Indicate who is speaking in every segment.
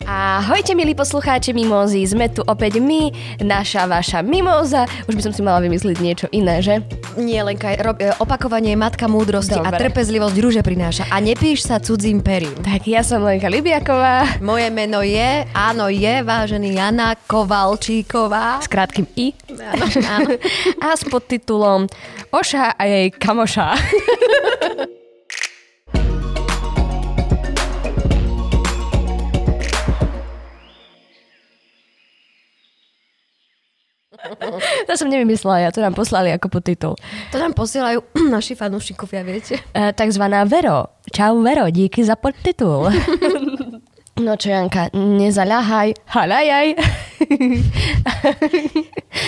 Speaker 1: Ahojte milí poslucháči Mimózy, sme tu opäť my, naša vaša Mimóza. Už by som si mala vymyslieť niečo iné, že?
Speaker 2: Nie, Lenka, rob, e, opakovanie je matka múdrosti a
Speaker 1: Dobre.
Speaker 2: trpezlivosť rúže prináša. A nepíš sa cudzím perím.
Speaker 1: Tak ja som Lenka Libiaková
Speaker 2: Moje meno je, áno je, vážený Jana Kovalčíková.
Speaker 1: s krátkým i a s podtitulom Oša a jej kamoša. To som nevymyslela ja, to nám poslali ako podtitul.
Speaker 2: To nám posielajú naši fanúšikovia, viete.
Speaker 1: E, takzvaná Vero. Čau Vero, díky za podtitul. No čo, Janka, nezaľahaj, haľajaj.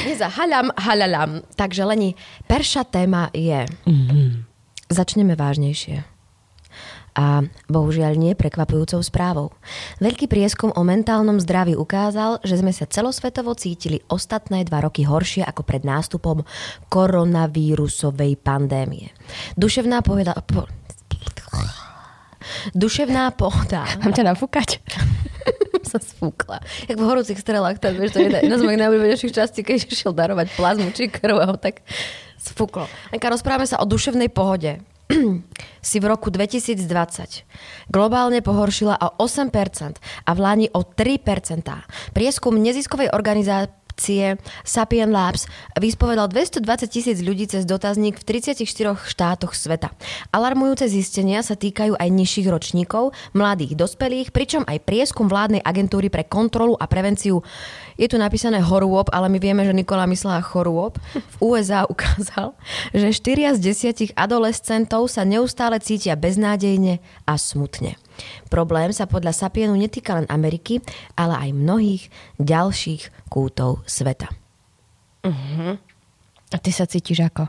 Speaker 2: Nezahalam, halalam. Takže Leni, perša téma je...
Speaker 1: Mhm.
Speaker 2: Začneme vážnejšie. A bohužiaľ nie prekvapujúcou správou. Veľký prieskum o mentálnom zdraví ukázal, že sme sa celosvetovo cítili ostatné dva roky horšie ako pred nástupom koronavírusovej pandémie. Duševná pohoda... Po, duševná pohoda
Speaker 1: Mám ťa nafúkať?
Speaker 2: sa sfúkla. Jak v horúcich strelách, tam vieš, to je jedna z mojich najobľúbenejších častí, keď išiel darovať plazmu či krv a ho tak sfúklo. Lenka, rozprávame sa o duševnej pohode. si v roku 2020 globálne pohoršila o 8% a v Lani o 3%. Prieskum neziskovej organizácie Sapien Labs vyspovedal 220 tisíc ľudí cez dotazník v 34 štátoch sveta. Alarmujúce zistenia sa týkajú aj nižších ročníkov, mladých, dospelých, pričom aj prieskum vládnej agentúry pre kontrolu a prevenciu je tu napísané horôb, ale my vieme, že Nikola myslela chorôb. V USA ukázal, že 4 z 10 adolescentov sa neustále cítia beznádejne a smutne. Problém sa podľa Sapienu netýka len Ameriky, ale aj mnohých ďalších kútov sveta.
Speaker 1: A ty sa cítiš ako?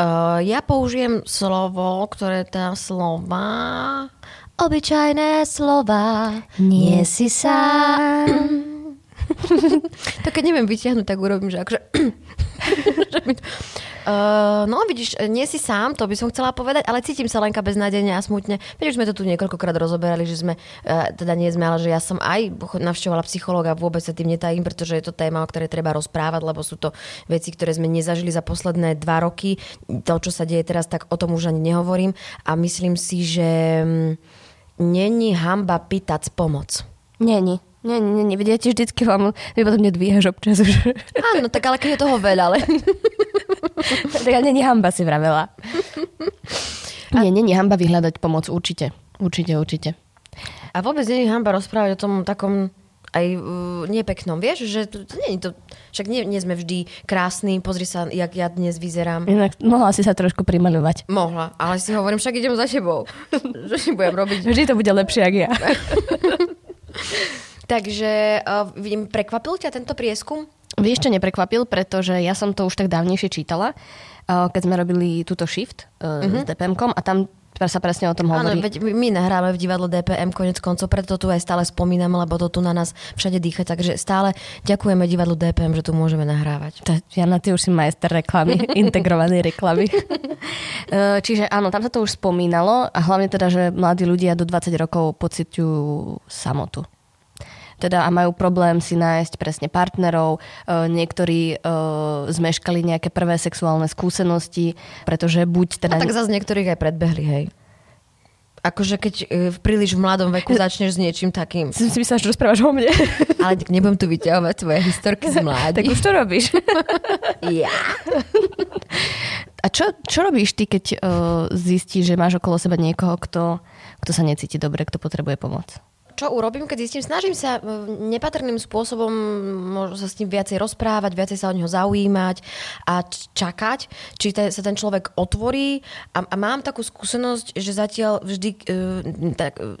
Speaker 2: Uh, ja použijem slovo, ktoré tá slova... Obyčajné slova. Nie si sám. to keď neviem vyťahnuť, tak urobím, že akože... že mi to- Uh, no vidíš, nie si sám, to by som chcela povedať, ale cítim sa Lenka beznádejne a smutne. Veď už sme to tu niekoľkokrát rozoberali, že sme, uh, teda nie sme, ale že ja som aj cho- navštevovala psychológa, vôbec sa tým netajím, pretože je to téma, o ktorej treba rozprávať, lebo sú to veci, ktoré sme nezažili za posledné dva roky. To, čo sa deje teraz, tak o tom už ani nehovorím a myslím si, že mm, není hamba pýtať pomoc.
Speaker 1: Nie, nie. Nie, nie, nie, vedia ti vždycky vám, vy potom nedvíhaš občas už.
Speaker 2: Áno, tak ale keď je toho veľa, ale
Speaker 1: tak ale není hamba si vravela. Nie, není hamba vyhľadať pomoc, určite. Určite, určite.
Speaker 2: A vôbec nie je hamba rozprávať o tom takom aj uh, nepeknom, vieš, že to, to nie je to, však nie, nie sme vždy krásni, pozri sa, jak ja dnes vyzerám.
Speaker 1: Inak mohla si sa trošku primaľovať.
Speaker 2: Mohla, ale si hovorím, však idem za tebou, že si budem robiť.
Speaker 1: Vždy to bude lepšie, ako ja.
Speaker 2: Takže uh, vidím, prekvapil ťa tento prieskum?
Speaker 1: Vieš, čo neprekvapil, pretože ja som to už tak dávnejšie čítala, eh, keď sme robili túto shift mm-hmm. s DPM-kom a tam sa presne o tom
Speaker 2: Mhm. Áno,
Speaker 1: hovorí.
Speaker 2: veď my- my nahráme v divadle DPM konec koncov, preto to tu aj stále spomíname, lebo to tu na nás všade dýcha, takže stále ďakujeme divadlu DPM, že tu môžeme nahrávať.
Speaker 1: Tá, Jana, ty už si majster reklamy, integrovanej reklamy. E, Čiže áno, tam sa to už spomínalo a hlavne teda, že mladí ľudia do 20 rokov pociťujú samotu. Teda a majú problém si nájsť presne partnerov, e, niektorí e, zmeškali nejaké prvé sexuálne skúsenosti, pretože buď teda...
Speaker 2: A tak zase niektorých aj predbehli, hej. Akože keď e, v príliš v mladom veku začneš s niečím takým.
Speaker 1: Som si myslela, že rozprávaš o mne.
Speaker 2: Ale tak nebudem tu vyťahovať tvoje historky z
Speaker 1: tak
Speaker 2: mládi.
Speaker 1: už to robíš.
Speaker 2: Ja.
Speaker 1: A čo, čo robíš ty, keď uh, zistíš, že máš okolo seba niekoho, kto, kto sa necíti dobre, kto potrebuje pomoc?
Speaker 2: Čo urobím, keď zistím? Snažím sa e, nepatrným spôsobom možno sa s ním viacej rozprávať, viacej sa o neho zaujímať a č- čakať, či te, sa ten človek otvorí. A, a mám takú skúsenosť, že zatiaľ vždy... Uh, tak, e,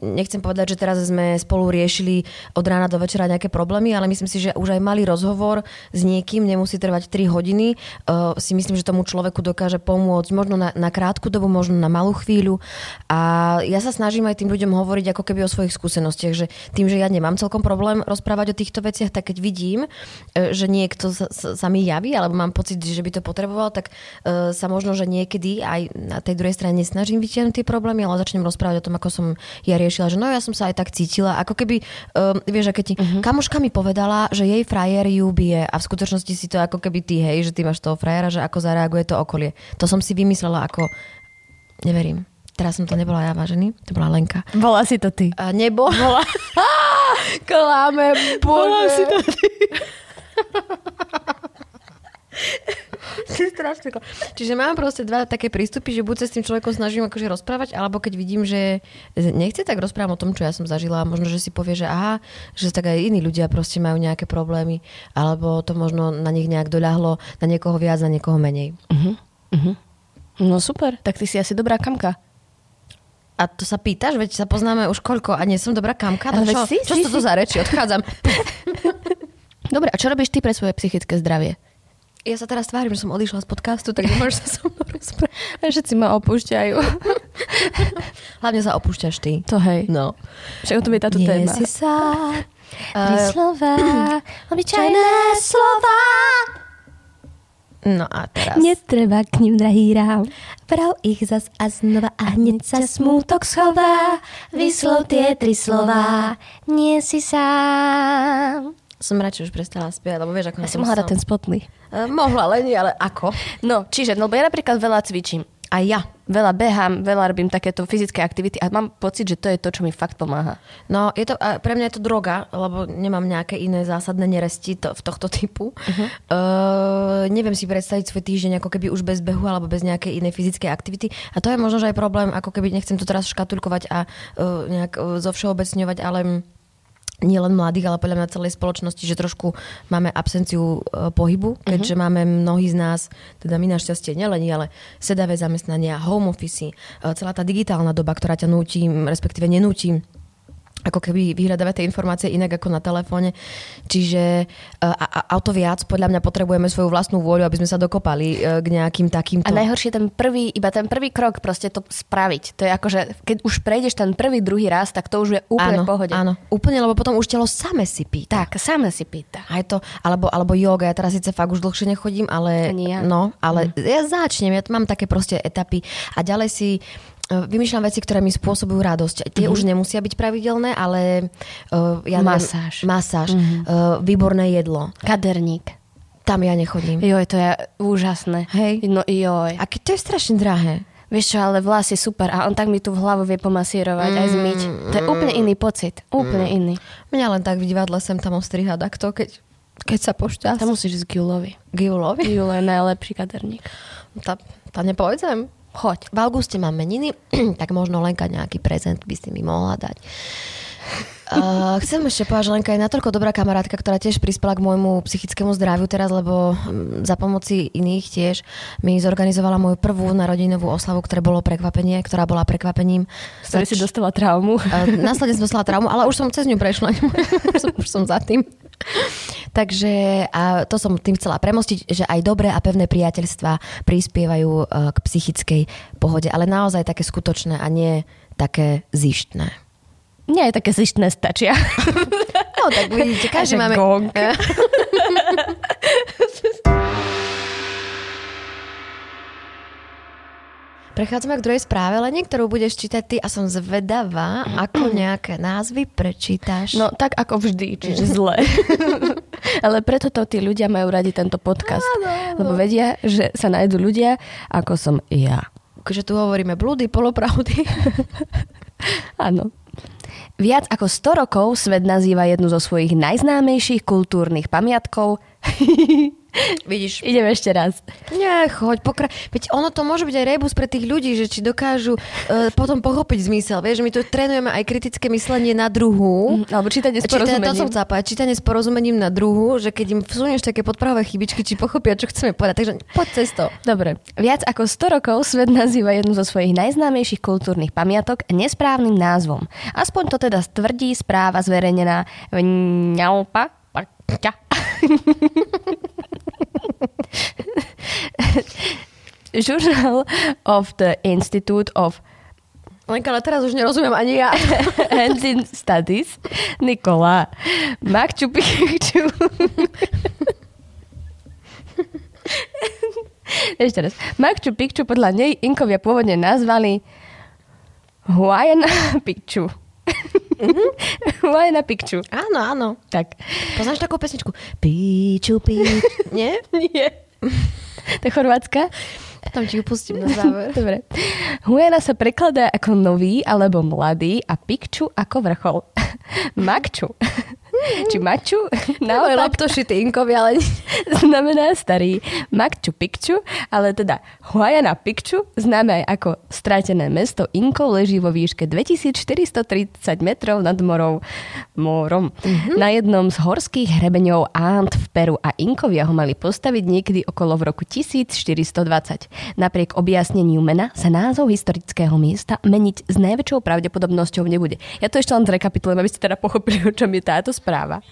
Speaker 2: nechcem povedať, že teraz sme spolu riešili od rána do večera nejaké problémy, ale myslím si, že už aj malý rozhovor s niekým nemusí trvať 3 hodiny. Uh, si myslím, že tomu človeku dokáže pomôcť možno na, na krátku dobu, možno na malú chvíľu. A ja sa snažím aj tým ľuďom hovoriť ako keby o svojich skúsenostiach, že tým, že ja nemám celkom problém rozprávať o týchto veciach, tak keď vidím, e, že niekto sa, sa, sa mi javí, alebo mám pocit, že by to potreboval, tak e, sa možno, že niekedy aj na tej druhej strane nesnažím vytiahnuť tie problémy, ale začnem rozprávať o tom, ako som ja riešila riešila, že no ja som sa aj tak cítila, ako keby, um, vieš, aké ti, uh-huh. kamoška mi povedala, že jej frajer ju bije a v skutočnosti si to ako keby ty, hej, že ty máš toho frajera, že ako zareaguje to okolie. To som si vymyslela ako, neverím, teraz som to nebola ja, vážený, to bola Lenka.
Speaker 1: Bola si to ty.
Speaker 2: A nebo. Bola. Klame, bože. Bola si to ty. Si strašne kla- Čiže mám proste dva také prístupy, že buď sa s tým človekom snažím akože rozprávať, alebo keď vidím, že nechce tak rozprávať o tom, čo ja som zažila, možno, že si povie, že aha, že tak aj iní ľudia proste majú nejaké problémy, alebo to možno na nich nejak doľahlo, na niekoho viac, na niekoho menej.
Speaker 1: Uh-huh. Uh-huh. No super, tak ty si asi dobrá kamka.
Speaker 2: A to sa pýtaš, veď sa poznáme už koľko a nie som dobrá kamka, tak
Speaker 1: Ale veď
Speaker 2: čo,
Speaker 1: si,
Speaker 2: čo
Speaker 1: si,
Speaker 2: sa tu za reči, odchádzam.
Speaker 1: Dobre, a čo robíš ty pre svoje psychické zdravie?
Speaker 2: Ja sa teraz tvárim, že som odišla z podcastu, tak nemôžeš sa so mnou rozprávať.
Speaker 1: Všetci ma opúšťajú.
Speaker 2: Hlavne sa opúšťaš ty.
Speaker 1: To hej.
Speaker 2: No.
Speaker 1: Však o tom je táto
Speaker 2: Nie
Speaker 1: téma.
Speaker 2: si sa.
Speaker 1: Tri slova,
Speaker 2: Čajné slova. No a teraz.
Speaker 1: Netreba k ním, drahý rám.
Speaker 2: Prav ich zas a znova a hneď sa smútok schová.
Speaker 1: Vyslov tie tri slová, nie si sám.
Speaker 2: Som radšej už prestala spievať, lebo vieš, ako na
Speaker 1: Ja si
Speaker 2: tom
Speaker 1: mohla
Speaker 2: som.
Speaker 1: dať ten spotný.
Speaker 2: Eh, Mohla, ale nie, ale ako?
Speaker 1: No, čiže, no, lebo ja napríklad veľa cvičím.
Speaker 2: A ja.
Speaker 1: Veľa behám, veľa robím takéto fyzické aktivity a mám pocit, že to je to, čo mi fakt pomáha.
Speaker 2: No, je to, a pre mňa je to droga, lebo nemám nejaké iné zásadné neresti to, v tohto typu. Uh-huh. Uh, neviem si predstaviť svoj týždeň ako keby už bez behu alebo bez nejakej inej fyzickej aktivity. A to je možno, že aj problém, ako keby nechcem to teraz škatulkovať a uh, nejak uh, zovšeobecňovať, ale nie len mladých, ale podľa mňa celej spoločnosti, že trošku máme absenciu e, pohybu, keďže mm-hmm. máme mnohí z nás, teda my našťastie nielen, ale sedavé zamestnania, home office, e, celá tá digitálna doba, ktorá ťa nutí, m, respektíve nenúti ako keby vyhľadávať tie informácie inak ako na telefóne. Čiže e, a, a, a o to viac podľa mňa potrebujeme svoju vlastnú vôľu, aby sme sa dokopali e, k nejakým takýmto.
Speaker 1: A najhoršie je ten prvý, iba ten prvý krok, proste to spraviť. To je ako, že keď už prejdeš ten prvý, druhý raz, tak to už je úplne v
Speaker 2: áno,
Speaker 1: pohode.
Speaker 2: Áno, úplne, lebo potom už telo same si pýta.
Speaker 1: Tak, same si pýta.
Speaker 2: Aj to, alebo, alebo yoga, ja teraz síce fakt už dlhšie nechodím, ale,
Speaker 1: Ani ja. Mhm.
Speaker 2: no, ale mm. ja začnem, ja t- mám také proste etapy a ďalej si e, vymýšľam veci, ktoré mi spôsobujú radosť. Tie
Speaker 1: Mhm.
Speaker 2: mm-hmm. už nemusia byť pravidelné, ale uh, ja neviem,
Speaker 1: Masáž. Mhm.
Speaker 2: masáž mm-hmm. uh, výborné jedlo.
Speaker 1: Kaderník.
Speaker 2: Tam ja nechodím.
Speaker 1: Joj, to je úžasné.
Speaker 2: Hej.
Speaker 1: No joj.
Speaker 2: A keď to je strašne drahé.
Speaker 1: Vieš čo, ale vlas je super a on tak mi tu v hlavu vie pomasírovať mm, aj zmyť. To je úplne iný pocit. Úplne mm. iný.
Speaker 2: Mňa len tak v divadle sem tam ostriha takto, keď, keď sa pošťastí.
Speaker 1: Tam musíš ísť k Julovi.
Speaker 2: K Julovi?
Speaker 1: Julo je najlepší kaderník.
Speaker 2: Tá, tá nepojdem.
Speaker 1: Choď.
Speaker 2: V auguste mám meniny, tak možno Lenka nejaký prezent by si mi mohla dať. Uh, chcem ešte povedať, že Lenka je natoľko dobrá kamarátka, ktorá tiež prispela k môjmu psychickému zdraviu teraz, lebo mm, za pomoci iných tiež mi zorganizovala moju prvú narodinovú oslavu, ktoré bolo prekvapenie, ktorá bola prekvapením.
Speaker 1: Z ktorej si dostala traumu.
Speaker 2: Uh, následne som dostala traumu, ale už som cez ňu prešla, už som- už som za tým. Takže a to som tým chcela premostiť, že aj dobré a pevné priateľstva prispievajú uh, k psychickej pohode, ale naozaj také skutočné a nie také zištné.
Speaker 1: Nie, také zištné stačia.
Speaker 2: No tak vidíte, každý
Speaker 1: Že
Speaker 2: máme...
Speaker 1: gong.
Speaker 2: Prechádzame k druhej správe, Leni, ktorú budeš čítať ty a som zvedavá, ako nejaké názvy prečítaš.
Speaker 1: No tak ako vždy, čiže zle. Ale preto to tí ľudia majú radi tento podcast. Lebo vedia, že sa nájdú ľudia, ako som ja.
Speaker 2: akože tu hovoríme blúdy, polopravdy.
Speaker 1: Áno. Viac ako 100 rokov svet nazýva jednu zo svojich najznámejších kultúrnych pamiatkov.
Speaker 2: Vidíš,
Speaker 1: Idem ešte raz.
Speaker 2: Nie, choď, pokra... Veď ono to môže byť aj rebus pre tých ľudí, že či dokážu uh, potom pochopiť zmysel. Vieš, že my tu trénujeme aj kritické myslenie na druhu.
Speaker 1: Mm, alebo čítanie s
Speaker 2: Čítanie, to
Speaker 1: porozumením.
Speaker 2: som chcela povedať, čítanie s porozumením na druhu, že keď im vsunieš také podprahové chybičky, či pochopia, čo chceme povedať. Takže poď cez to.
Speaker 1: Dobre. Viac ako 100 rokov svet nazýva jednu zo svojich najznámejších kultúrnych pamiatok nesprávnym názvom. Aspoň to teda tvrdí správa zverejnená v Ňaupa. Paťa. Journal of the Institute of
Speaker 2: Lenka, ale teraz už nerozumiem ani ja.
Speaker 1: Hands in Studies Nikola Makču Pikču. Ešte raz. Makču Pikču podľa nej Inkovia pôvodne nazvali Huayana Pikču.
Speaker 2: Mhm.
Speaker 1: Moje na pikču.
Speaker 2: Áno, áno.
Speaker 1: Tak.
Speaker 2: Poznáš takú pesničku? Píču, píč. Nie?
Speaker 1: Nie. To je chorvátska?
Speaker 2: Tam ti ju pustím na záver.
Speaker 1: Dobre. Hujana sa prekladá ako nový alebo mladý a pikču ako vrchol. Makču.
Speaker 2: Mhm.
Speaker 1: Či maču?
Speaker 2: Naozaj
Speaker 1: Naopak
Speaker 2: leptošity inkovi, ale
Speaker 1: znamená starý Makču Pikču, ale teda Huayana Pikču, známe aj ako stratené mesto Inkov, leží vo výške 2430 metrov nad morou, morom. Mm-hmm. Na jednom z horských hrebeňov Ant v Peru a Inkovia ho mali postaviť niekedy okolo v roku 1420. Napriek objasneniu mena sa názov historického miesta meniť s najväčšou pravdepodobnosťou nebude. Ja to ešte len zrekapitulujem, aby ste teda pochopili, o čom je táto správa.
Speaker 3: بيجو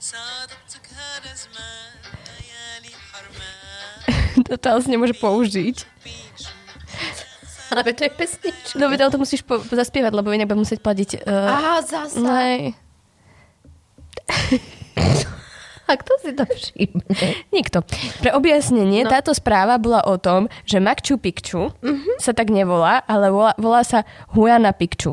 Speaker 3: صادتك هذا زمان ليالي حرمان
Speaker 1: to teraz nemôže použiť.
Speaker 2: Ale to je pesnička.
Speaker 1: No, ale to musíš po- zaspievať, lebo inak budem musieť platiť... Uh,
Speaker 2: Aha, zasa.
Speaker 1: no, hej.
Speaker 2: A kto si to všimne?
Speaker 1: Nikto. Pre objasnenie, no. táto správa bola o tom, že Makču Pikču
Speaker 2: Mhm.
Speaker 1: mm-hmm. sa tak nevolá, ale volá, volá sa Huana Pikču.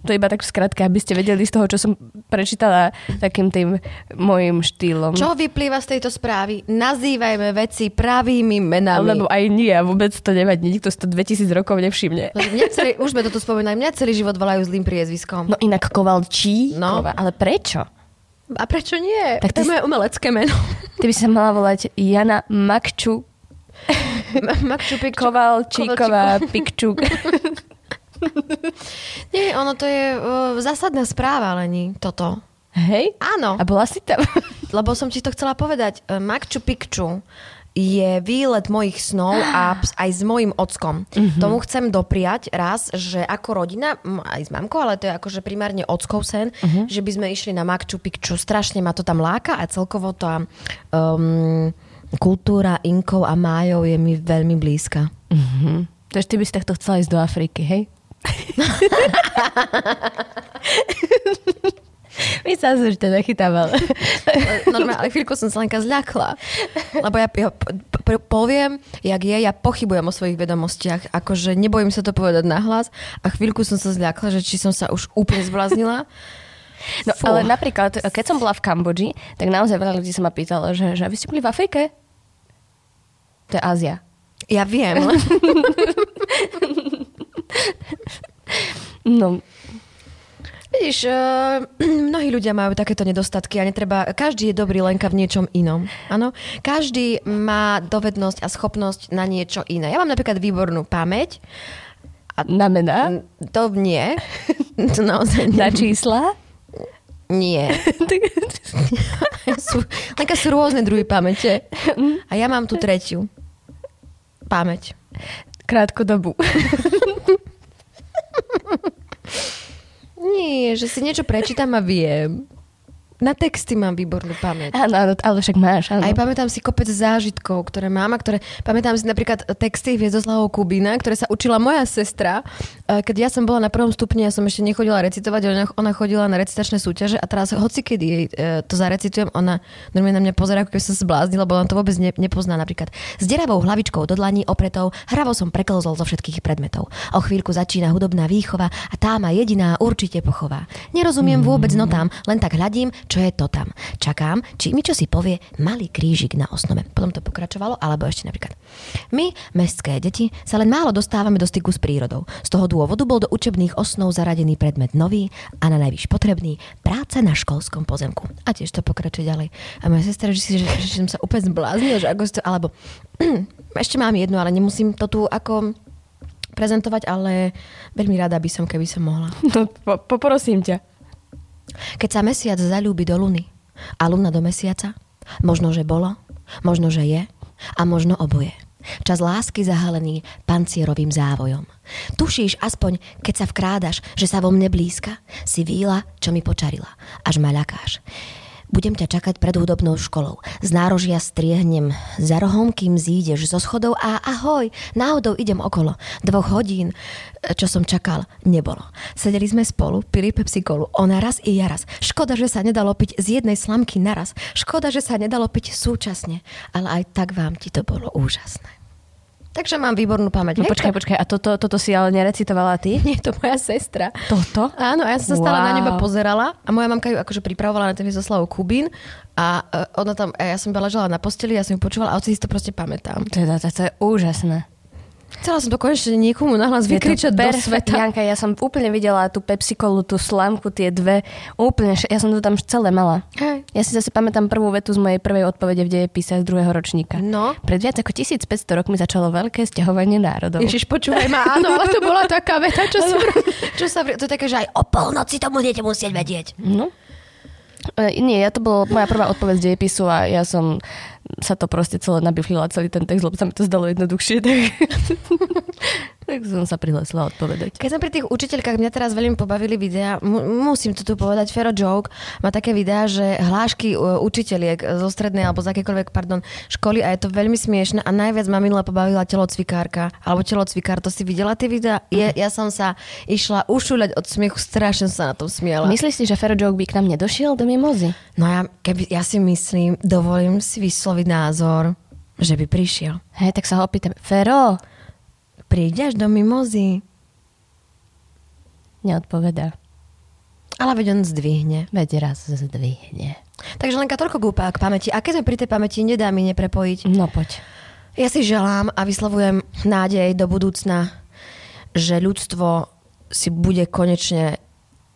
Speaker 1: To je iba tak v skratke, aby ste vedeli z toho, čo som prečítala takým tým mojim štýlom.
Speaker 2: Čo vyplýva z tejto správy? Nazývajme veci pravými menami.
Speaker 1: Lebo aj nie, a vôbec to nevadí, nikto si to 2000 rokov nevšimne.
Speaker 2: Mňa celý, už sme to tu spomínali, mňa celý život volajú zlým priezviskom.
Speaker 1: No inak Kovalčíková,
Speaker 2: No.
Speaker 1: no. ale prečo?
Speaker 2: A prečo nie?
Speaker 1: Tak ty
Speaker 2: to je
Speaker 1: si-
Speaker 2: moje umelecké meno.
Speaker 1: Ty by si sa mala volať Jana Makču
Speaker 2: Makčupik.
Speaker 1: Kovalčíková Pikčuk.
Speaker 2: Nie, ono to je uh, zásadná správa, Lení, toto.
Speaker 1: Hej?
Speaker 2: Áno.
Speaker 1: A bola si tam?
Speaker 2: Lebo som ti to chcela povedať. Eh, Machu Picchu je výlet mojich snov a ps- aj s mojim ockom. Mm-hmm. Tomu chcem dopriať raz, že ako rodina, m, aj s mamkou, ale to je akože primárne ockov sen, mm-hmm. že by sme išli na Machu Picchu. Strašne ma to tam láka a celkovo tá um, kultúra Inkov a Májov je mi veľmi blízka.
Speaker 1: Mhm. Takže ty by si takto chcela ísť do Afriky, hej? My sa už to nachytával.
Speaker 2: Normálne, ale chvíľku som sa Lenka zľakla. Lebo ja, ja p- p- poviem, jak je, ja pochybujem o svojich vedomostiach. Akože nebojím sa to povedať nahlas. A chvíľku som sa zľakla, že či som sa už úplne zbláznila.
Speaker 1: No,
Speaker 2: Fú.
Speaker 1: ale napríklad, keď som bola v Kambodži, tak naozaj veľa ľudí sa ma pýtalo, že, že vy ste boli v Afrike? To je Ázia.
Speaker 2: Ja viem.
Speaker 1: No,
Speaker 2: Vidíš, uh, mnohí ľudia majú takéto nedostatky a netreba, každý je dobrý Lenka v niečom inom. Áno, každý má dovednosť a schopnosť na niečo iné. Ja mám napríklad výbornú pamäť,
Speaker 1: na mená,
Speaker 2: to nie, to naozaj nie.
Speaker 1: na čísla.
Speaker 2: Nie. sú, Lenka sú rôzne druhy pamäte. A ja mám tu tretiu. Pamäť.
Speaker 1: Krátku dobu.
Speaker 2: Nie, že si niečo prečítam a viem. Na texty mám výbornú pamäť.
Speaker 1: Áno, áno, ale však máš, áno.
Speaker 2: Aj pamätám si kopec zážitkov, ktoré mám a ktoré... Pamätám si napríklad texty Hviezdoslavov Kubína, ktoré sa učila moja sestra. E, Keď ja som bola na prvom stupni, ja som ešte nechodila recitovať, ona, ona chodila na recitačné súťaže a teraz hoci kedy jej e, to zarecitujem, ona normálne na mňa pozerá, ako keby som sa zbláznila, lebo ona to vôbec ne, nepozná napríklad. S deravou hlavičkou do dlaní opretou, hravo som preklzol zo všetkých predmetov. O chvíľku začína hudobná výchova a tá ma jediná určite pochová. Nerozumiem vôbec notám, len tak hľadím, čo je to tam. Čakám, či mi čo si povie malý krížik na osnove. Potom to pokračovalo, alebo ešte napríklad. My, mestské deti, sa len málo dostávame do styku s prírodou. Z toho dôvodu bol do učebných osnov zaradený predmet nový a na najvyš potrebný práca na školskom pozemku. A tiež to pokračuje ďalej. A moja sestra, že, si- že, že som sa úplne zbláznila, že ako si to, alebo ešte mám jednu, ale nemusím to tu ako prezentovať, ale veľmi rada by som, keby som mohla.
Speaker 1: No, po, poprosím ťa.
Speaker 2: Keď sa mesiac zalúbi do luny a luna do mesiaca, možno, že bolo, možno, že je a možno oboje. Čas lásky zahalený pancierovým závojom. Tušíš aspoň, keď sa vkrádaš, že sa vo mne blízka, si víla, čo mi počarila, až ma ľakáš. Budem ťa čakať pred hudobnou školou. Z nárožia striehnem za rohom, kým zídeš zo schodov a ahoj, náhodou idem okolo. Dvoch hodín, e, čo som čakal, nebolo. Sedeli sme spolu, pili Pepsi Colu, ona raz i ja raz. Škoda, že sa nedalo piť z jednej slamky naraz. Škoda, že sa nedalo piť súčasne. Ale aj tak vám ti to bolo úžasné. Takže mám výbornú pamäť.
Speaker 1: No
Speaker 2: Hej,
Speaker 1: počkaj, počkaj, a toto, toto si ale nerecitovala ty?
Speaker 2: Nie, to moja sestra.
Speaker 1: Toto?
Speaker 2: Áno, a ja som sa stále na
Speaker 1: Wow.
Speaker 2: neba pozerala a moja mamka ju akože pripravovala na ten Viezoslavu Kubín a e, ona tam, a ja som iba ležala na posteli, ja som ju počúvala a odtedy si to proste pamätám.
Speaker 1: Teda, to, to je úžasné.
Speaker 2: Chcela som to konečne niekomu nahlas
Speaker 1: Je to
Speaker 2: vykričať do
Speaker 1: perfekt-
Speaker 2: sveta.
Speaker 1: Janka, ja som úplne videla tú pepsikolu, tú slamku, tie dve. Úplne, š- ja som to tam celé mala.
Speaker 2: Hej.
Speaker 1: Ja si zase pamätám prvú vetu z mojej prvej odpovede v dejepise z druhého ročníka.
Speaker 2: No.
Speaker 1: Pred viac ako 1500 rokmi začalo veľké stiahovanie národov.
Speaker 2: Ježiš, počúvaj ma, áno, ale to bola taká veta, čo, som, čo sa... pri- To je také, že aj o polnoci to budete musieť vedieť.
Speaker 1: No. E, nie, ja to bola moja prvá odpoveď z dejepisu a ja som sa to proste celé nabiflila, celý ten text, lebo sa mi to zdalo jednoduchšie. Tak, tak som sa prihlásila odpovedať.
Speaker 2: Keď sme pri tých učiteľkách, mňa teraz veľmi pobavili videá, mu- musím to tu povedať, Fero Joke má také videá, že hlášky e, učiteľiek zo strednej alebo z akékoľvek, pardon, školy a je to veľmi smiešne a najviac ma minule pobavila telocvikárka alebo telocvikár, to si videla tie videá? Je, ja som sa išla ušuľať od smiechu, strašne som sa na tom smiala.
Speaker 1: Myslíš si, že Fero Joke by k nám nedošiel do mimozy?
Speaker 2: No ja, keby, ja si myslím, dovolím si vysloviť názor, že by prišiel.
Speaker 1: Hej, tak sa ho opýtam. Fero?
Speaker 2: Prídeš do mimozy?
Speaker 1: Neodpovedá.
Speaker 2: Ale veď on zdvihne.
Speaker 1: Veď raz zdvihne.
Speaker 2: Takže Lenka, toľko k, úpa- k pamäti. A keď sme pri tej pamäti, nedá mi neprepojiť.
Speaker 1: No poď.
Speaker 2: Ja si želám a vyslovujem nádej do budúcna, že ľudstvo si bude konečne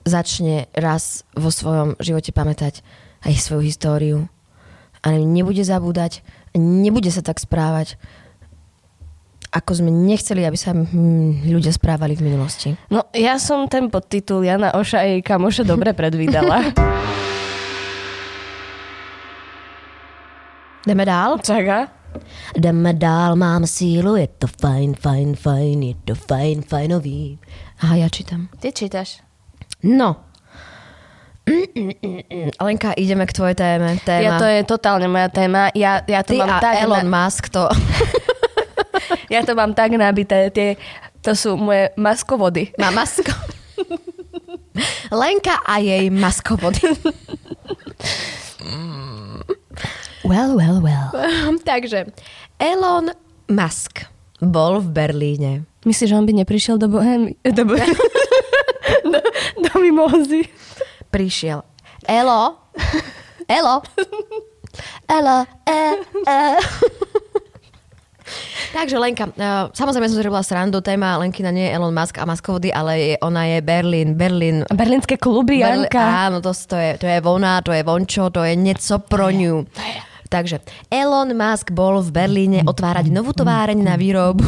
Speaker 2: začne raz vo svojom živote pamätať aj svoju históriu. A nebude zabúdať, nebude sa tak správať, ako sme nechceli, aby sa hm, ľudia správali v minulosti.
Speaker 1: No, ja som ten podtitul Jana Oša a jej kamoša dobre predvídala.
Speaker 2: Ideme dál?
Speaker 1: Čaká?
Speaker 2: Jdeme dál, mám sílu, je to fajn, fajn, fajn, je to fajn, fajnový. Aha, ja čítam.
Speaker 1: Ty čítaš.
Speaker 2: No. Lenka, ideme k tvojej téme. téma.
Speaker 1: Ja, to je totálne moja téma. Ja, ja to
Speaker 2: Ty
Speaker 1: mám
Speaker 2: a
Speaker 1: tak
Speaker 2: Elon Musk to...
Speaker 1: Ja to mám tak nabité, tie, to sú moje maskovody.
Speaker 2: Má masko. Lenka a jej maskovody.
Speaker 1: Well, well, well.
Speaker 2: Takže, Elon Musk bol v Berlíne.
Speaker 1: Myslíš, že on by neprišiel do Bohemy? Do, Bohemy. do, do Mimozy.
Speaker 2: Prišiel. Elo. Elo. Elo. E, e. Takže Lenka, eh, samozrejme som si robila srandu, téma Lenkina nie je Elon Musk a maskovody, ale je, ona je Berlín, Berlín,
Speaker 1: Berlínske kluby,
Speaker 2: Berl-
Speaker 1: Janka.
Speaker 2: Áno, to, to, je, to je ona, to je vončo, to je nieco pro ňu. Takže Elon Musk bol v Berlíne otvárať novú továreň na výrobu.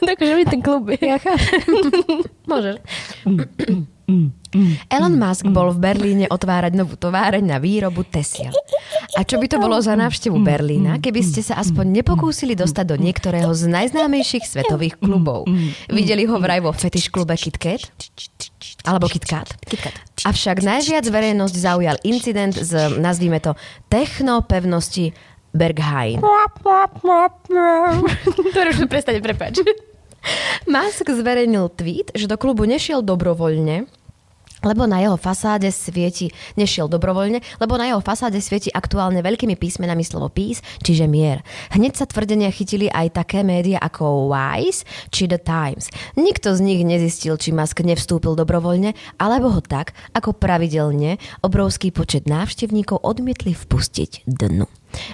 Speaker 1: Takže mi ten klub je.
Speaker 2: Môžeš. Mm. Elon Musk bol v Berlíne otvárať novú továreň na výrobu Tesla. A čo by to bolo za návštevu Berlína, keby ste sa aspoň nepokúsili dostať do niektorého z najznámejších svetových klubov? Videli ho vraj vo fetiš klube KitKat? Alebo KitKat? Avšak najviac verejnosť zaujal incident z, nazvíme to, technopevnosti Berghain.
Speaker 1: to už prestane, prepáč.
Speaker 2: Musk zverejnil tweet, že do klubu nešiel dobrovoľne, lebo na jeho fasáde svieti, nešiel dobrovoľne, lebo na jeho fasáde svieti aktuálne veľkými písmenami slovo peace, čiže mier. Hneď sa tvrdenia chytili aj také médiá ako Wise či The Times. Nikto z nich nezistil, či Musk nevstúpil dobrovoľne, alebo ho tak, ako pravidelne, obrovský počet návštevníkov odmietli vpustiť dnu.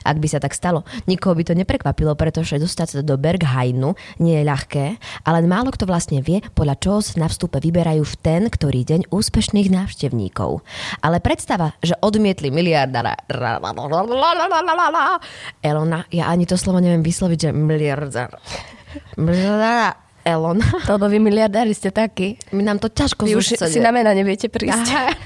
Speaker 2: Ak by sa tak stalo, nikoho by to neprekvapilo, pretože dostať sa do Berghainu nie je ľahké, ale málo kto vlastne vie, podľa čoho sa na vstupe vyberajú v ten, ktorý deň úspešných návštevníkov. Ale predstava, že odmietli miliardára Elona, ja ani to slovo neviem vysloviť, že miliardár. Miliardára Elona.
Speaker 1: Lebo vy miliardári ste takí.
Speaker 2: My nám to ťažko
Speaker 1: Vy už
Speaker 2: zústať.
Speaker 1: si na mena neviete prísť.
Speaker 2: Aha.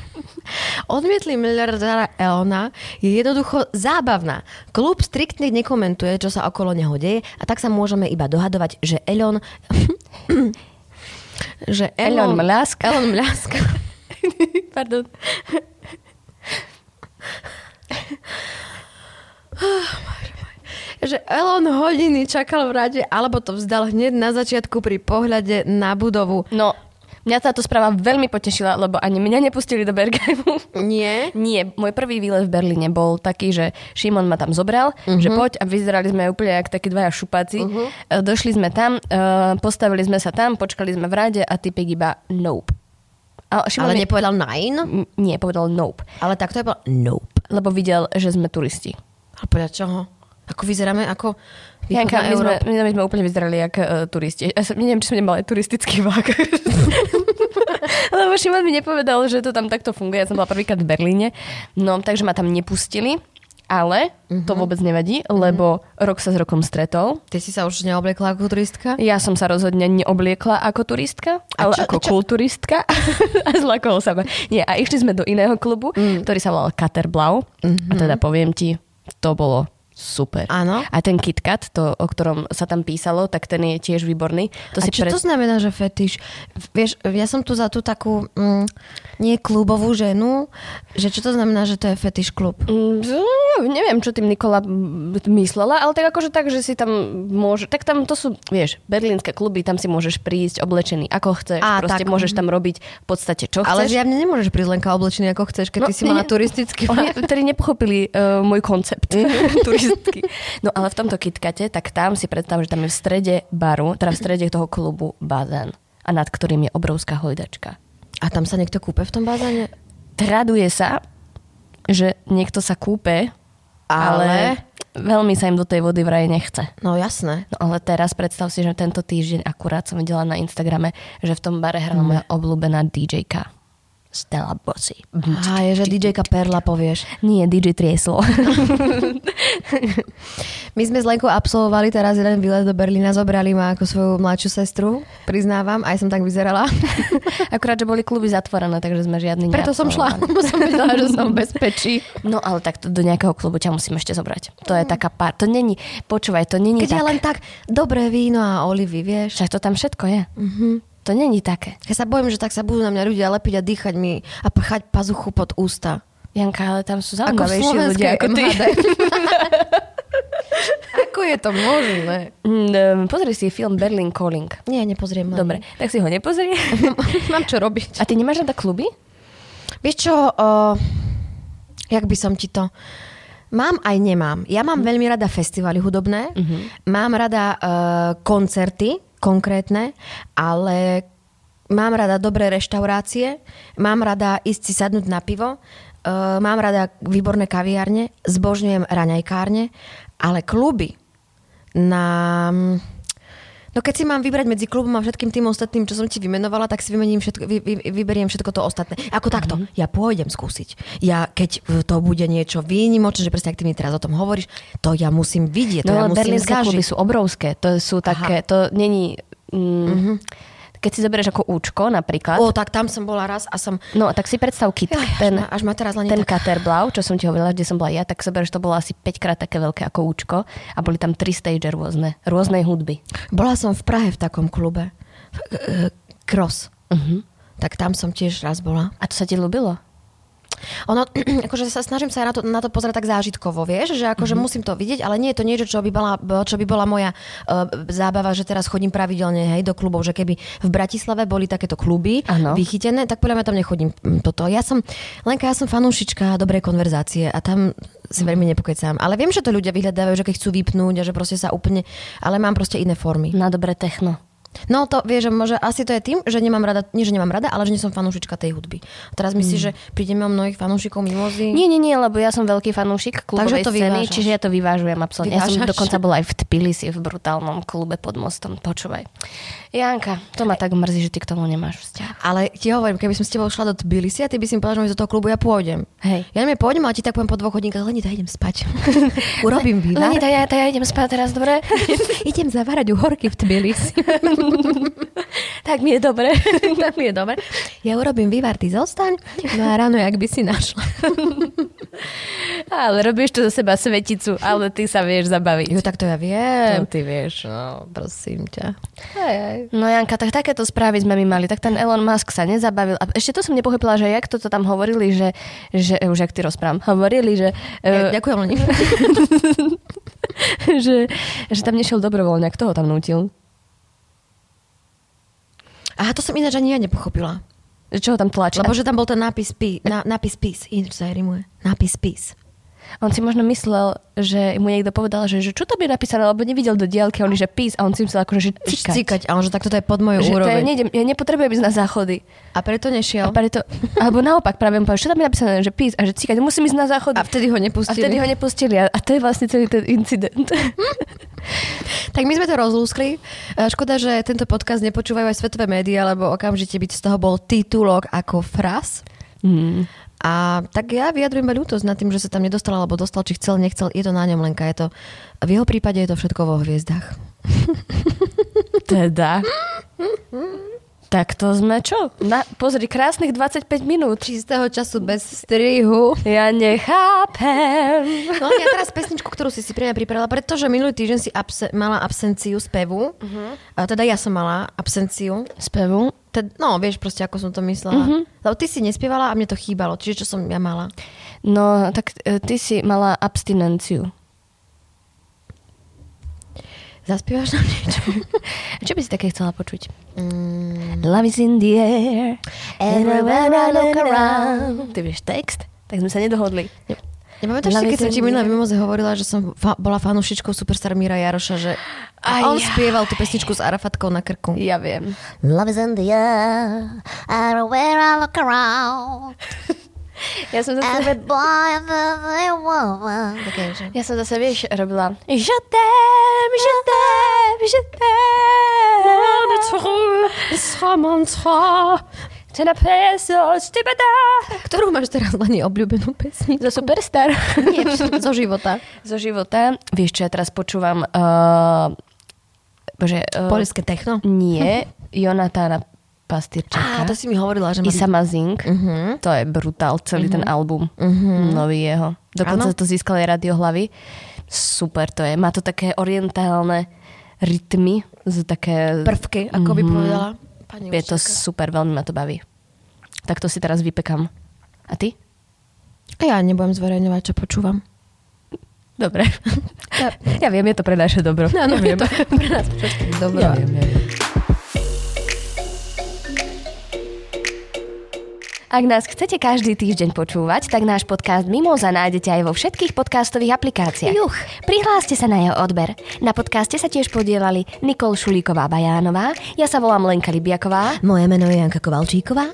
Speaker 2: Odmietli miliardára Elona je jednoducho zábavná. Klub striktne nekomentuje, čo sa okolo neho deje a tak sa môžeme iba dohadovať, že Elon... že
Speaker 1: Elon Musk.
Speaker 2: Elon Musk.
Speaker 1: Pardon.
Speaker 2: že Elon hodiny čakal v rade, alebo to vzdal hneď na začiatku pri pohľade na budovu.
Speaker 1: No, Mňa táto správa veľmi potešila, lebo ani mňa nepustili do Bergajmu.
Speaker 2: Nie?
Speaker 1: Nie, môj prvý výlet v Berlíne bol taký, že Šimon ma tam zobral, uh-huh. že poď a vyzerali sme úplne jak takí dvaja šupáci. Uh-huh. Došli sme tam, eh, postavili sme sa tam, počkali sme v rade a typek iba nope. A Šimon
Speaker 2: Ale
Speaker 1: mi-
Speaker 2: nepovedal nine?
Speaker 1: M- nie, povedal nope,
Speaker 2: Ale takto je povedal nope.
Speaker 1: lebo videl, že sme turisti.
Speaker 2: Ale podľa čoho? Ako vyzeráme ako...
Speaker 1: Janka,
Speaker 2: východná
Speaker 1: my sme,
Speaker 2: Európa?
Speaker 1: my, my sme úplne vyzerali jak uh, turisti. Ja som, neviem, či som nemala aj turistický vák. Lebo Šimon mi nepovedal, že to tam takto funguje. Ja som bola prvýkrát v Berlíne. No, takže ma tam nepustili. Ale to vôbec nevadí, lebo rok sa s rokom stretol.
Speaker 2: Ty si sa už neobliekla ako turistka?
Speaker 1: Ja som sa rozhodne neobliekla ako turistka, ale
Speaker 2: čo-
Speaker 1: ako
Speaker 2: čo-
Speaker 1: kulturistka. a zlakol sa ma. Nie, a išli sme do iného klubu, mm. ktorý sa volal Katerblau. Mm-hmm. A teda poviem ti, to bolo super.
Speaker 2: Mhm. Áno.
Speaker 1: A ten KitKat, to, o ktorom sa tam písalo, tak ten je tiež výborný. To
Speaker 2: To a
Speaker 1: si
Speaker 2: čo pred... to znamená, že fetiš? Vieš, ja som tu za tú takú, mm, nie klubovú ženu, že čo to znamená, že to je fetiš klub?
Speaker 1: Mm, Neviem, čo tým Nikola mm, myslela, ale tak akože tak, že si tam môže... Tak tam to sú, vieš, berlínske kluby, tam si môžeš prísť oblečený ako chceš,
Speaker 2: Á,
Speaker 1: proste
Speaker 2: tak, Mhm.
Speaker 1: môžeš tam robiť v podstate čo
Speaker 2: Ale
Speaker 1: chceš.
Speaker 2: zjavne nemôžeš prísť len oblečený ako chceš, keď
Speaker 1: No,
Speaker 2: ty si mala
Speaker 1: nie.
Speaker 2: turistický
Speaker 1: Oni tedy nepochopili uh, môj koncept turistky. No ale v tomto KitKate, tak tam si predstav, že tam je v strede baru, teda v strede toho klubu bazén a nad ktorým je obrovská hojdačka.
Speaker 2: A tam sa niekto kúpe v tom bazéne?
Speaker 1: Traduje sa, že niekto sa kúpe, ale,
Speaker 2: Ale?
Speaker 1: veľmi sa im do tej vody vraj nechce.
Speaker 2: No jasné.
Speaker 1: No ale teraz predstav si, že tento týždeň akurát som videla na Instagrame, že v tom bare hrala moja obľúbená DJ-ka. Stella Bossy.
Speaker 2: A je, že DJ-ka Perla povieš.
Speaker 1: Nie, DJ Trieslo.
Speaker 2: My sme s Lenkou absolvovali teraz jeden výlet do Berlína, zobrali ma ako svoju mladšiu sestru, priznávam, aj som tak vyzerala.
Speaker 1: Akurát, že boli kluby zatvorené, takže sme žiadny
Speaker 2: Preto som šla,
Speaker 1: neabsolvovali.
Speaker 2: lebo som vedela, že som v bezpečí.
Speaker 1: No
Speaker 2: Mm.
Speaker 1: ale tak to do nejakého klubu ťa musím ešte zobrať. To je taká pár. To není, počúvaj, to není
Speaker 2: Keď
Speaker 1: tak.
Speaker 2: je len tak dobré víno a olivy, vieš.
Speaker 1: Však to tam všetko je.
Speaker 2: Mhm.
Speaker 1: Mm-hmm. To není také.
Speaker 2: Ja sa bojím, že tak sa budú na mňa ľudia lepiť a dýchať mi a pchať pazuchu pod ústa.
Speaker 1: Janka, ale tam sú
Speaker 2: Ako v
Speaker 1: zaujímavejšie
Speaker 2: slovenskej
Speaker 1: ľudia ako ty.
Speaker 2: MHD. Ako je to možné?
Speaker 1: Mm, Pozri si film Berlin Calling.
Speaker 2: Nie, nepozriem. ani.
Speaker 1: Dobre, tak si ho nepozri.
Speaker 2: Mám čo
Speaker 1: A
Speaker 2: robiť.
Speaker 1: ty nemáš rada kluby?
Speaker 2: Vieš čo, uh, jak by som ti to... Mám aj nemám. Ja mám veľmi rada festivaly hudobné, mám rada uh, koncerty konkrétne, ale mám rada dobré reštaurácie, mám rada ísť si sadnúť na pivo, uh, mám rada výborné kaviárne, zbožňujem raňajkárne, ale kluby na... No keď si mám vybrať medzi klubom a všetkým tým ostatným, čo som ti vymenovala, tak si vymením všetko, vy, vy, vyberiem všetko to ostatné. Ako takto,
Speaker 1: Mhm.
Speaker 2: ja pôjdem skúsiť. Ja, keď to bude niečo výnimočné, že presne ak ty mi teraz o tom hovoríš, to ja musím vidieť, to
Speaker 1: No, ale
Speaker 2: ja musím
Speaker 1: berlínske kluby
Speaker 2: zažiť.
Speaker 1: sú obrovské. To sú také, to není... Mm,
Speaker 2: Mhm.
Speaker 1: mm-hmm. Keď si zoberieš ako účko napríklad,
Speaker 2: O, tak tam som bola raz a som...
Speaker 1: No, tak si predstav kit.
Speaker 2: Jaj, no, až
Speaker 1: ten,
Speaker 2: ma- až ma teraz len
Speaker 1: ten
Speaker 2: tak-
Speaker 1: Katerblau, čo som ti hovorila, kde som bola ja, tak sober, že to bolo asi 5 krát také veľké ako účko a boli tam tri stage rôzne, rôznej hudby.
Speaker 2: Bola som v Prahe v takom klube. Eh, Cross.
Speaker 1: Uh-huh.
Speaker 2: Tak tam som tiež raz bola.
Speaker 1: A to sa ti ľúbilo?
Speaker 2: Ono, akože sa snažím sa aj na to, na to pozerať tak zážitkovo, vieš, že akože mm-hmm. musím to vidieť, ale nie je to niečo, čo by, bola, čo by bola moja uh, zábava, že teraz chodím pravidelne hej, do klubov, že keby v Bratislave boli takéto kluby
Speaker 1: Áno.
Speaker 2: vychytené, tak podľa mňa tam nechodím mm, toto. Ja som, Lenka, ja som fanúšička dobrej konverzácie a tam si veľmi nepokecám. Ale viem, že to ľudia vyhľadávajú, že keď chcú vypnúť a že proste sa úplne... Ale mám proste iné formy.
Speaker 1: Na dobré techno.
Speaker 2: No to vieš, že môže, asi to je tým, že nemám rada, nie že nemám rada, ale že nie som fanúšička tej hudby. A teraz myslíš, že prídeme o mnohých fanúšikov mimozy?
Speaker 1: Nie, nie, nie, lebo ja som veľký fanúšik klubovej
Speaker 2: Mm. Takže to
Speaker 1: scény,
Speaker 2: vyvážaš.
Speaker 1: čiže ja to vyvážujem absolútne. Ja som
Speaker 2: Vyvážaš.
Speaker 1: dokonca bola aj v Tbilisi v brutálnom klube pod mostom. Počúvaj. Janka, to ma tak mrzí, že ty k tomu nemáš vzťah.
Speaker 2: Ale ti hovorím, keby som s tebou šla do Tbilisi a ty by si mi povedal, že mám ísť do toho klubu, ja pôjdem.
Speaker 1: Hej.
Speaker 2: Ja neviem, pôjdem, ale ti tak poviem po dvoch hodinkách, Lenita, idem spať. Urobím vývar.
Speaker 1: Lenita, ja, ja idem spať teraz, dobre?
Speaker 2: idem zavárať uhorky v Tbilisi.
Speaker 1: tak mi je dobre.
Speaker 2: tak mi je dobre. Ja urobím vývar, ty zostaň. No a ráno, jak by si našla.
Speaker 1: Ale robíš tu do seba sveticu, ale ty sa vieš zabaviť.
Speaker 2: Jo, tak to ja viem.
Speaker 1: ty vieš.
Speaker 2: No, prosím ťa.
Speaker 1: No Janka, tak takéto správy sme my mali. Tak ten Elon Musk sa nezabavil. A ešte to som nepochopila, že jak toto tam hovorili, že, že e, už jak ty rozprávam, hovorili, že,
Speaker 2: Ja,
Speaker 1: e,
Speaker 2: ďakujem, Leni.
Speaker 1: že, že tam nešiel dobrovoľne. Kto ho tam nutil?
Speaker 2: Aha, to som ináč ani ja nepochopila.
Speaker 1: Čo ho tam tlačí?
Speaker 2: Lebo že tam bol ten nápis pí, na, nápis pís, ináč sa aj rimuje. Nápis pís.
Speaker 1: On si možno myslel, že mu niekto povedal, že, že čo tam je napísané, lebo nevidel do diálky, oni, že pís a on si myslel akože, že cikať.
Speaker 2: Cikať, ale že takto to je pod
Speaker 1: Že
Speaker 2: moju
Speaker 1: to ja,
Speaker 2: úroveň.
Speaker 1: nejdem, ja nepotrebujem ísť na záchody.
Speaker 2: A preto
Speaker 1: A
Speaker 2: nešiel.
Speaker 1: preto, alebo naopak, práve mu povedal, čo tam je napísané, že pís a že cikať, musím ísť na záchody.
Speaker 2: A vtedy
Speaker 1: a
Speaker 2: ho nepustili.
Speaker 1: vtedy ho nepustili. A, a to je vlastne celý ten incident.
Speaker 2: Tak my sme to rozlúskli. E, Škoda, že tento podcast nepočúvajú aj svetové médiá, lebo okamžite by z toho bol titulok ako fras.
Speaker 1: Mm.
Speaker 2: A tak ja vyjadrujem iba ľútosť nad tým, že sa tam nedostal, alebo dostal, či chcel, nechcel. Je to na ňom Lenka. Je to, v jeho prípade je to všetko vo hviezdách.
Speaker 1: Teda. Tak to sme čo? Na, pozri, krásnych 25 minút.
Speaker 2: Čistého času bez strihu.
Speaker 1: Ja nechápem.
Speaker 2: No ja teraz pesničku, ktorú si si pre mňa pripravila, pretože minulý týždeň si abse- mala absenciu spevu. Uh-huh. Teda ja som mala absenciu.
Speaker 1: Spevu.
Speaker 2: Te- no, vieš proste, ako som to myslela. Uh-huh. Lebo ty si nespievala a mne to chýbalo. Čiže čo som ja mala?
Speaker 1: No, tak e, ty si mala abstinenciu.
Speaker 2: Zaspievaš nám niečo?
Speaker 1: Čo by si také chcela počuť?
Speaker 2: Mm,
Speaker 1: Love is in the air, everywhere I look around. Ty vieš text? Tak sme sa nedohodli.
Speaker 2: Nepamätáš si,
Speaker 1: Love
Speaker 2: keď
Speaker 1: is
Speaker 2: som
Speaker 1: in
Speaker 2: ti
Speaker 1: the
Speaker 2: minulé
Speaker 1: air.
Speaker 2: mimoze hovorila, že som fa- bola fanúšičkou superstar Mira Jaroša, že
Speaker 1: Aj,
Speaker 2: a on spieval tú pesničku s Arafatkou na krku.
Speaker 1: Ja viem.
Speaker 4: Love is in the air, everywhere I look around.
Speaker 1: Ja som zase,
Speaker 4: Every boy and every woman.
Speaker 2: Také, že...
Speaker 1: ja som zase vieš, robila Je t'aime, je t'aime, je t'aime. Ten apesol, stibada.
Speaker 2: Ktorú máš teraz len obľúbenú pesničku?
Speaker 1: Za superstar.
Speaker 2: Nie, zo života.
Speaker 1: Zo života. Vieš, čo ja teraz počúvam? Uh, bože, uh,
Speaker 2: Polské techno.
Speaker 1: Nie, Jonatána
Speaker 2: Á,
Speaker 1: Pastyrčaka.
Speaker 2: to si mi hovorila, že má... Mhm.
Speaker 1: Isa Mazing, uh-huh. to je brutál, celý uh-huh. ten album, uh-huh. nový jeho. Dokonca
Speaker 2: Mm. Áno.
Speaker 1: to získali Radio Hlavy. Super to je, má to také orientálne rytmy, z také...
Speaker 2: prvky, ako by
Speaker 1: Mhm.
Speaker 2: povedala. Pani
Speaker 1: Je to super, veľmi ma to baví. Tak to si teraz vypekam. A ty?
Speaker 2: A ja nebudem zverejňovať, čo počúvam.
Speaker 1: Dobre. Ja, ja viem, je to pre naše dobro.
Speaker 2: Áno, je to pre nás všetkých dobré.
Speaker 1: Ja viem, ja viem. Ak nás chcete každý týždeň počúvať, tak náš podcast Mimoza nájdete aj vo všetkých podcastových aplikáciách.
Speaker 2: Juch.
Speaker 1: Prihláste sa na jeho odber. Na podcaste sa tiež podielali Nikol Šulíková-Bajánová, ja sa volám Lenka Libiaková.
Speaker 2: Moje meno je Janka Kovalčíková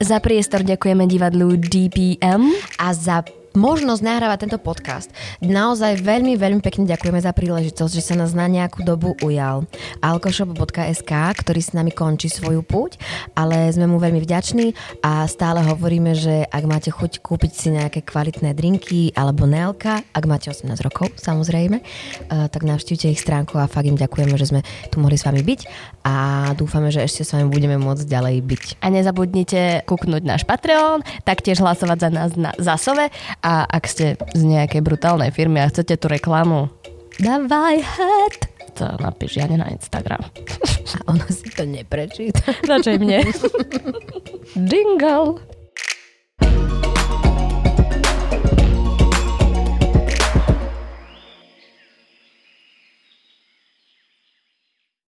Speaker 1: Za priestor ďakujeme divadlu DPM.
Speaker 2: a za možnosť nahrávať tento podcast. Naozaj veľmi, veľmi pekne ďakujeme za príležitosť, že sa nás na nejakú dobu ujal. Alkoshop.sk, ktorý s nami končí svoju púť, ale sme mu veľmi vďační a stále hovoríme, že ak máte chuť kúpiť si nejaké kvalitné drinky alebo nelka, ak máte 18 rokov, samozrejme, eh, tak navštívte ich stránku a fakt im ďakujeme, že sme tu mohli s vami byť a dúfame, že ešte s vami budeme môcť ďalej byť.
Speaker 1: A nezabudnite kúknúť náš Patreon, taktiež hlasovať za nás na Zasove a ak ste z nejakej brutálnej firmy a chcete tú reklamu,
Speaker 2: Davaj het!
Speaker 1: to napíš Jane na Instagram.
Speaker 2: A ona si to neprečíta.
Speaker 1: Radšej mne. Dingle.